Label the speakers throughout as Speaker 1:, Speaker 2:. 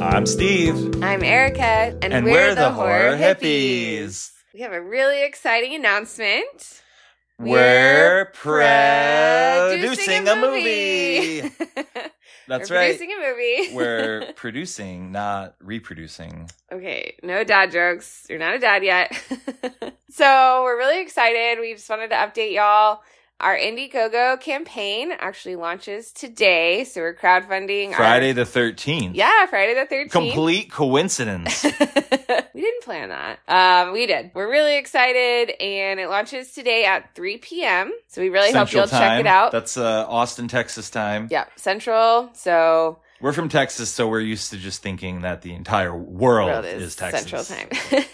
Speaker 1: I'm Steve,
Speaker 2: I'm Erica, and, we're, the, Horror Hippies. We have a really exciting announcement.
Speaker 1: We're producing a movie. That's
Speaker 2: We're
Speaker 1: right.
Speaker 2: Producing a movie.
Speaker 1: We're producing, not reproducing.
Speaker 2: Okay, no dad jokes. You're not a dad yet. so we're really excited. We just wanted to update y'all. Our Indiegogo campaign actually launches today. So we're crowdfunding our-
Speaker 1: Friday the 13th.
Speaker 2: yeah, Friday the 13th.
Speaker 1: Complete coincidence.
Speaker 2: we didn't plan that. Um, we did. We're really excited, and it launches today at 3 p.m. So we really
Speaker 1: Central
Speaker 2: hope you'll check
Speaker 1: time.
Speaker 2: it out.
Speaker 1: That's uh, Austin, Texas time.
Speaker 2: yeah, Central. So
Speaker 1: We're from Texas, so we're used to just thinking that the entire world,
Speaker 2: world
Speaker 1: is,
Speaker 2: is,
Speaker 1: Texas.
Speaker 2: Central time.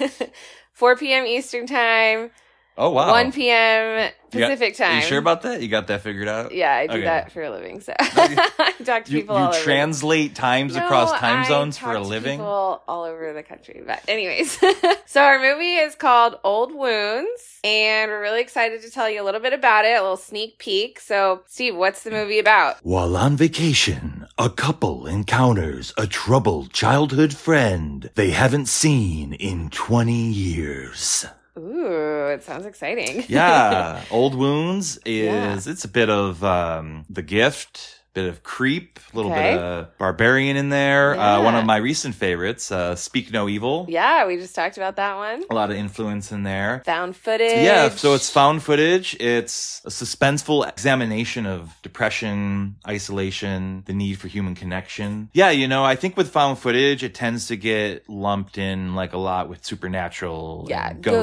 Speaker 2: 4 p.m. Eastern time.
Speaker 1: Oh, wow.
Speaker 2: 1 p.m.
Speaker 1: You got-
Speaker 2: Pacific
Speaker 1: Are
Speaker 2: time.
Speaker 1: you sure about that? You got that figured out?
Speaker 2: Yeah, I do
Speaker 1: Okay.
Speaker 2: that for a living. So
Speaker 1: you-
Speaker 2: I talk to
Speaker 1: You,
Speaker 2: people
Speaker 1: you
Speaker 2: all over.
Speaker 1: translate times
Speaker 2: No,
Speaker 1: across time
Speaker 2: I
Speaker 1: zones for a
Speaker 2: talk to
Speaker 1: living?
Speaker 2: people all over the country. But anyways, so our movie is called Old Wounds, and we're really excited to tell you a little bit about it, a little sneak peek. So, Steve, what's the movie about?
Speaker 1: While on vacation, a couple encounters a troubled childhood friend they haven't seen in 20 years.
Speaker 2: Ooh, it sounds exciting.
Speaker 1: Yeah, Old Wounds
Speaker 2: Yeah.
Speaker 1: is it's a bit of um, The Gift, bit of Creep, a little
Speaker 2: Okay.
Speaker 1: bit of Barbarian in there. Uh, one
Speaker 2: Yeah.
Speaker 1: of my recent favorites, uh, Speak No Evil.
Speaker 2: yeah, we just talked about that one.
Speaker 1: A lot of influence in there.
Speaker 2: Found footage.
Speaker 1: Yeah, so it's found footage. It's a suspenseful examination of depression, isolation, the need for human connection. Yeah, you know, I think with found footage, it tends to get lumped in like a lot with supernatural,
Speaker 2: Yeah,
Speaker 1: and
Speaker 2: ghosts,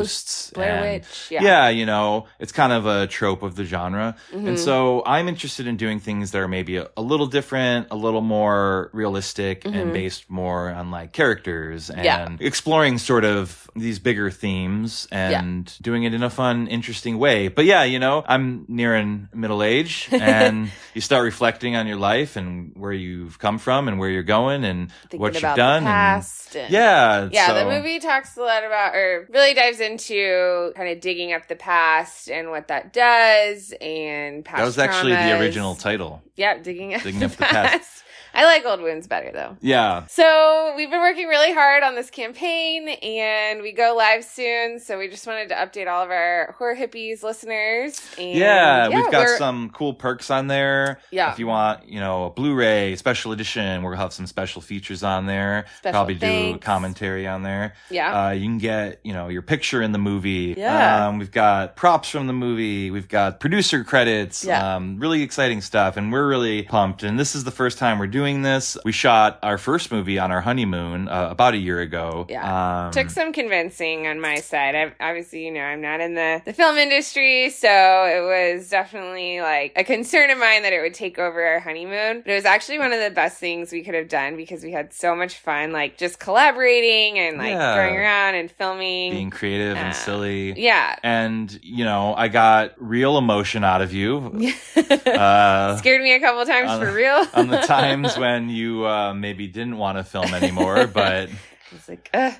Speaker 1: ghosts,
Speaker 2: Blair
Speaker 1: and-
Speaker 2: Witch.
Speaker 1: Yeah.
Speaker 2: Yeah.
Speaker 1: you know, it's kind of a trope of the genre.
Speaker 2: Mm-hmm.
Speaker 1: And so I'm interested in doing things that are maybe a, a little different, a little more realistic, and based more on like characters and
Speaker 2: Mm-hmm. Yeah.
Speaker 1: exploring sort of these bigger themes and doing it in a fun, interesting way. But yeah, you know, I'm nearing middle age and you start reflecting on your life and where you've come from and where you're going and
Speaker 2: Thinking
Speaker 1: what you've
Speaker 2: about
Speaker 1: done.
Speaker 2: The
Speaker 1: and-
Speaker 2: past and-
Speaker 1: yeah.
Speaker 2: Yeah,
Speaker 1: so-
Speaker 2: the movie talks a lot about, or really dives into kind of digging up the past and what that does, and past.
Speaker 1: That was actually the
Speaker 2: traumas.
Speaker 1: original title.
Speaker 2: Yep, digging up,
Speaker 1: Digging
Speaker 2: the,
Speaker 1: up the past.
Speaker 2: past. I like old wounds better though.
Speaker 1: Yeah.
Speaker 2: So we've been working really hard on this campaign, and we go live soon. So we just wanted to update all of our horror hippies listeners. And
Speaker 1: Yeah, we've got
Speaker 2: we're-
Speaker 1: some cool perks on there.
Speaker 2: Yeah.
Speaker 1: If you want, you know, a Blu-ray special edition, we'll have some special features on there.
Speaker 2: Special
Speaker 1: Probably do
Speaker 2: thanks.
Speaker 1: commentary on there.
Speaker 2: Yeah,
Speaker 1: Uh, you can get, you know, your picture in the movie.
Speaker 2: Yeah.
Speaker 1: Um, we've got props from the movie. We've got producer credits.
Speaker 2: Yeah.
Speaker 1: Um, really exciting stuff. And we're really pumped. And this is the first time we're doing this. We shot our first movie on our honeymoon uh, about a year ago.
Speaker 2: Yeah.
Speaker 1: Um,
Speaker 2: took some convincing on my side. I, obviously, you know, I'm not in the the film industry, so it was definitely like a concern of mine that it would take over our honeymoon. But it was actually one of the best things we could have done because we had so much fun, like just collaborating and like
Speaker 1: Yeah.
Speaker 2: throwing around and filming.
Speaker 1: being creative
Speaker 2: Uh,
Speaker 1: and silly.
Speaker 2: yeah,
Speaker 1: and you know i got real emotion out of you
Speaker 2: scared
Speaker 1: uh,
Speaker 2: me a couple times
Speaker 1: on
Speaker 2: for
Speaker 1: the-
Speaker 2: real.
Speaker 1: on the times when you uh, maybe didn't want to film anymore but
Speaker 2: I was like, Ugh.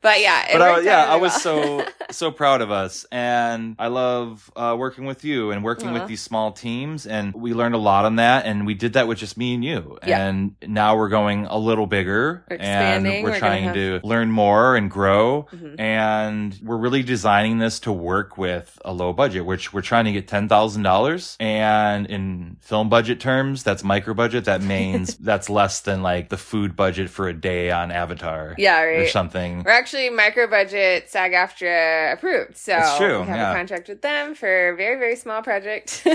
Speaker 2: but yeah, it
Speaker 1: but I,
Speaker 2: worked
Speaker 1: yeah
Speaker 2: out really
Speaker 1: i was
Speaker 2: well.
Speaker 1: so so proud of us and i love uh, working with you and working
Speaker 2: Aw.
Speaker 1: with these small teams and we learned a lot on that and we did that with just me and you
Speaker 2: Yeah.
Speaker 1: and now we're going a little bigger
Speaker 2: We're
Speaker 1: and
Speaker 2: expanding.
Speaker 1: we're,
Speaker 2: We're gonna
Speaker 1: trying
Speaker 2: have-
Speaker 1: to learn more and grow
Speaker 2: Mhm.
Speaker 1: and we're really designing this to work with a low budget which we're trying to get $10000 and in film budget terms that's micro budget that means that's less than like the food budget for a day on avatar
Speaker 2: yeah,
Speaker 1: or
Speaker 2: right.
Speaker 1: something
Speaker 2: We're actually micro budget SAG AFTRA approved. So
Speaker 1: That's true,
Speaker 2: we have
Speaker 1: yeah.
Speaker 2: a contract with them for a very, very small project.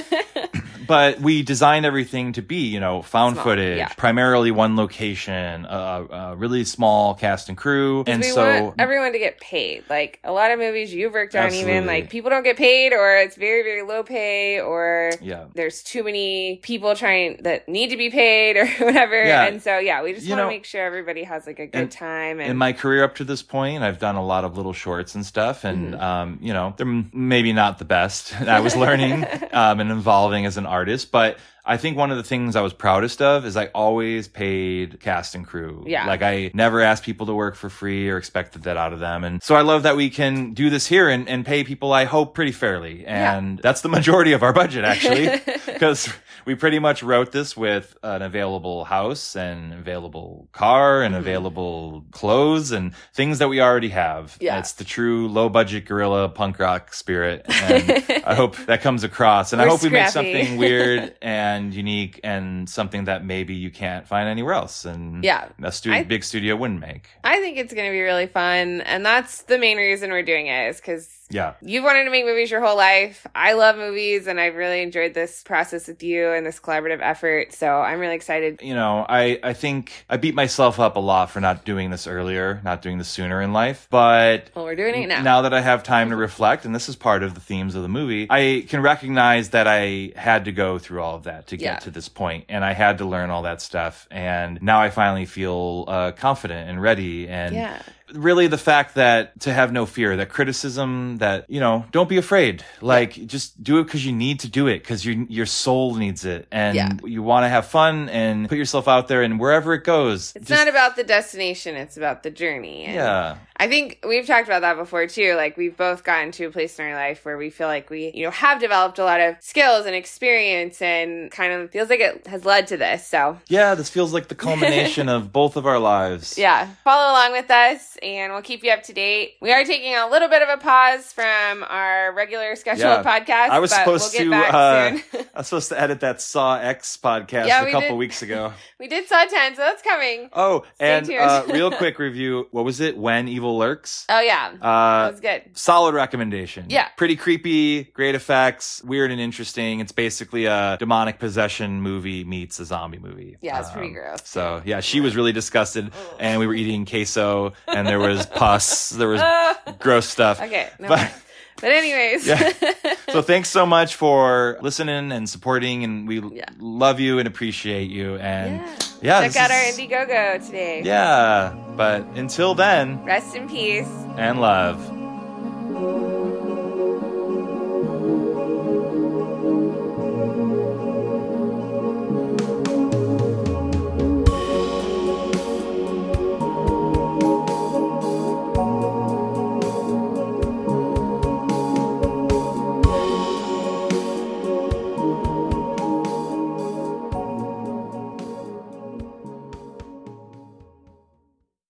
Speaker 1: but we designed everything to be you know found
Speaker 2: Small,
Speaker 1: footage
Speaker 2: yeah.
Speaker 1: primarily one location uh, a really small cast and crew and
Speaker 2: we
Speaker 1: so
Speaker 2: want everyone to get paid. Like a lot of movies you've worked on,
Speaker 1: Absolutely.
Speaker 2: even like people don't get paid, or it's very, very low pay, or
Speaker 1: yeah
Speaker 2: there's too many people trying that need to be paid, or whatever.
Speaker 1: Yeah.
Speaker 2: And so, yeah, we just
Speaker 1: You
Speaker 2: want to
Speaker 1: know-
Speaker 2: make sure everybody has like a good
Speaker 1: And-
Speaker 2: time. And
Speaker 1: in my career up to this point, I've done a lot of little shorts and stuff, and
Speaker 2: Mm-hmm.
Speaker 1: um, you know, they're m- maybe not the best. I was learning um, and evolving as an artist, but I think one of the things I was proudest of is I always paid cast and crew.
Speaker 2: Yeah.
Speaker 1: Like I never asked people to work for free or expected that out of them. And so I love that we can do this here and, and pay people, I hope, pretty fairly.
Speaker 2: Yeah.
Speaker 1: And that's the majority of our budget, actually, because we pretty much wrote this with an available house and available car and
Speaker 2: Mhm.
Speaker 1: available clothes and things that we already have.
Speaker 2: Yeah.
Speaker 1: It's the true low budget guerrilla punk rock spirit. And I hope that comes across. And I
Speaker 2: We're
Speaker 1: hope we make
Speaker 2: scrappy.
Speaker 1: something weird and unique and something that maybe you can't find anywhere else. And
Speaker 2: yeah.
Speaker 1: a studio,
Speaker 2: I-
Speaker 1: big studio wouldn't make.
Speaker 2: I think it's going to be really fun. And that's the main reason we're doing it is because
Speaker 1: Yeah.
Speaker 2: you've wanted to make movies your whole life. I love movies and I've really enjoyed this process with you and this collaborative effort. So I'm really excited.
Speaker 1: You know, I, I think I beat myself up a lot for not doing this earlier, not doing this sooner in life. But
Speaker 2: Well, we're doing it now.
Speaker 1: that I have time to reflect, and this is part of the themes of the movie, I can recognize that I had to go through all of that to get
Speaker 2: Yeah.
Speaker 1: to this point, and I had to learn all that stuff, and now I finally feel uh, confident and ready, and
Speaker 2: yeah.
Speaker 1: really the fact that to have no fear, that criticism, that you know, don't be afraid, like just do it because you need to do it because your your soul needs it, and
Speaker 2: Yeah.
Speaker 1: you want to have fun and put yourself out there, and wherever it goes,
Speaker 2: It's
Speaker 1: just-
Speaker 2: not about the destination, it's about the journey. And
Speaker 1: yeah,
Speaker 2: I think we've talked about that before too. Like we've both gotten to a place in our life where we feel like we, you know, have developed a lot of skills and experience and kind of feels like it has led to this. So
Speaker 1: yeah. This feels like the culmination of both of our lives.
Speaker 2: yeah, follow along with us and we'll keep you up to date. We are taking a little bit of a pause from our regular
Speaker 1: Yeah.
Speaker 2: scheduled podcast.
Speaker 1: I was
Speaker 2: but
Speaker 1: supposed
Speaker 2: we'll get
Speaker 1: to,
Speaker 2: back
Speaker 1: uh,
Speaker 2: soon.
Speaker 1: I was supposed to edit that Saw X podcast
Speaker 2: Yeah,
Speaker 1: a
Speaker 2: we
Speaker 1: couple
Speaker 2: did.
Speaker 1: weeks ago.
Speaker 2: we did Saw 10, so that's coming.
Speaker 1: Oh,
Speaker 2: Stay
Speaker 1: and
Speaker 2: tuned.
Speaker 1: uh, real quick review. What was it? When Evil Lurks.
Speaker 2: Oh, yeah. that
Speaker 1: Uh,
Speaker 2: was good.
Speaker 1: solid recommendation.
Speaker 2: Yeah.
Speaker 1: Pretty creepy, great effects, weird and interesting. It's basically a demonic possession movie meets a zombie movie.
Speaker 2: Yeah, it's pretty
Speaker 1: Um,
Speaker 2: gross.
Speaker 1: So yeah, she was really disgusted,
Speaker 2: Ugh.
Speaker 1: and we were eating queso, and there was pus, there was
Speaker 2: Ah,
Speaker 1: gross stuff.
Speaker 2: okay. No.
Speaker 1: But-
Speaker 2: but, anyways.
Speaker 1: Yeah. So thanks so much for listening and supporting, and we
Speaker 2: Yeah.
Speaker 1: love you and appreciate you. And
Speaker 2: Yeah.
Speaker 1: yeah,
Speaker 2: Check
Speaker 1: this
Speaker 2: out our
Speaker 1: is-
Speaker 2: Indiegogo today.
Speaker 1: Yeah, but until then,
Speaker 2: Rest in peace.
Speaker 1: and love.
Speaker 3: Thank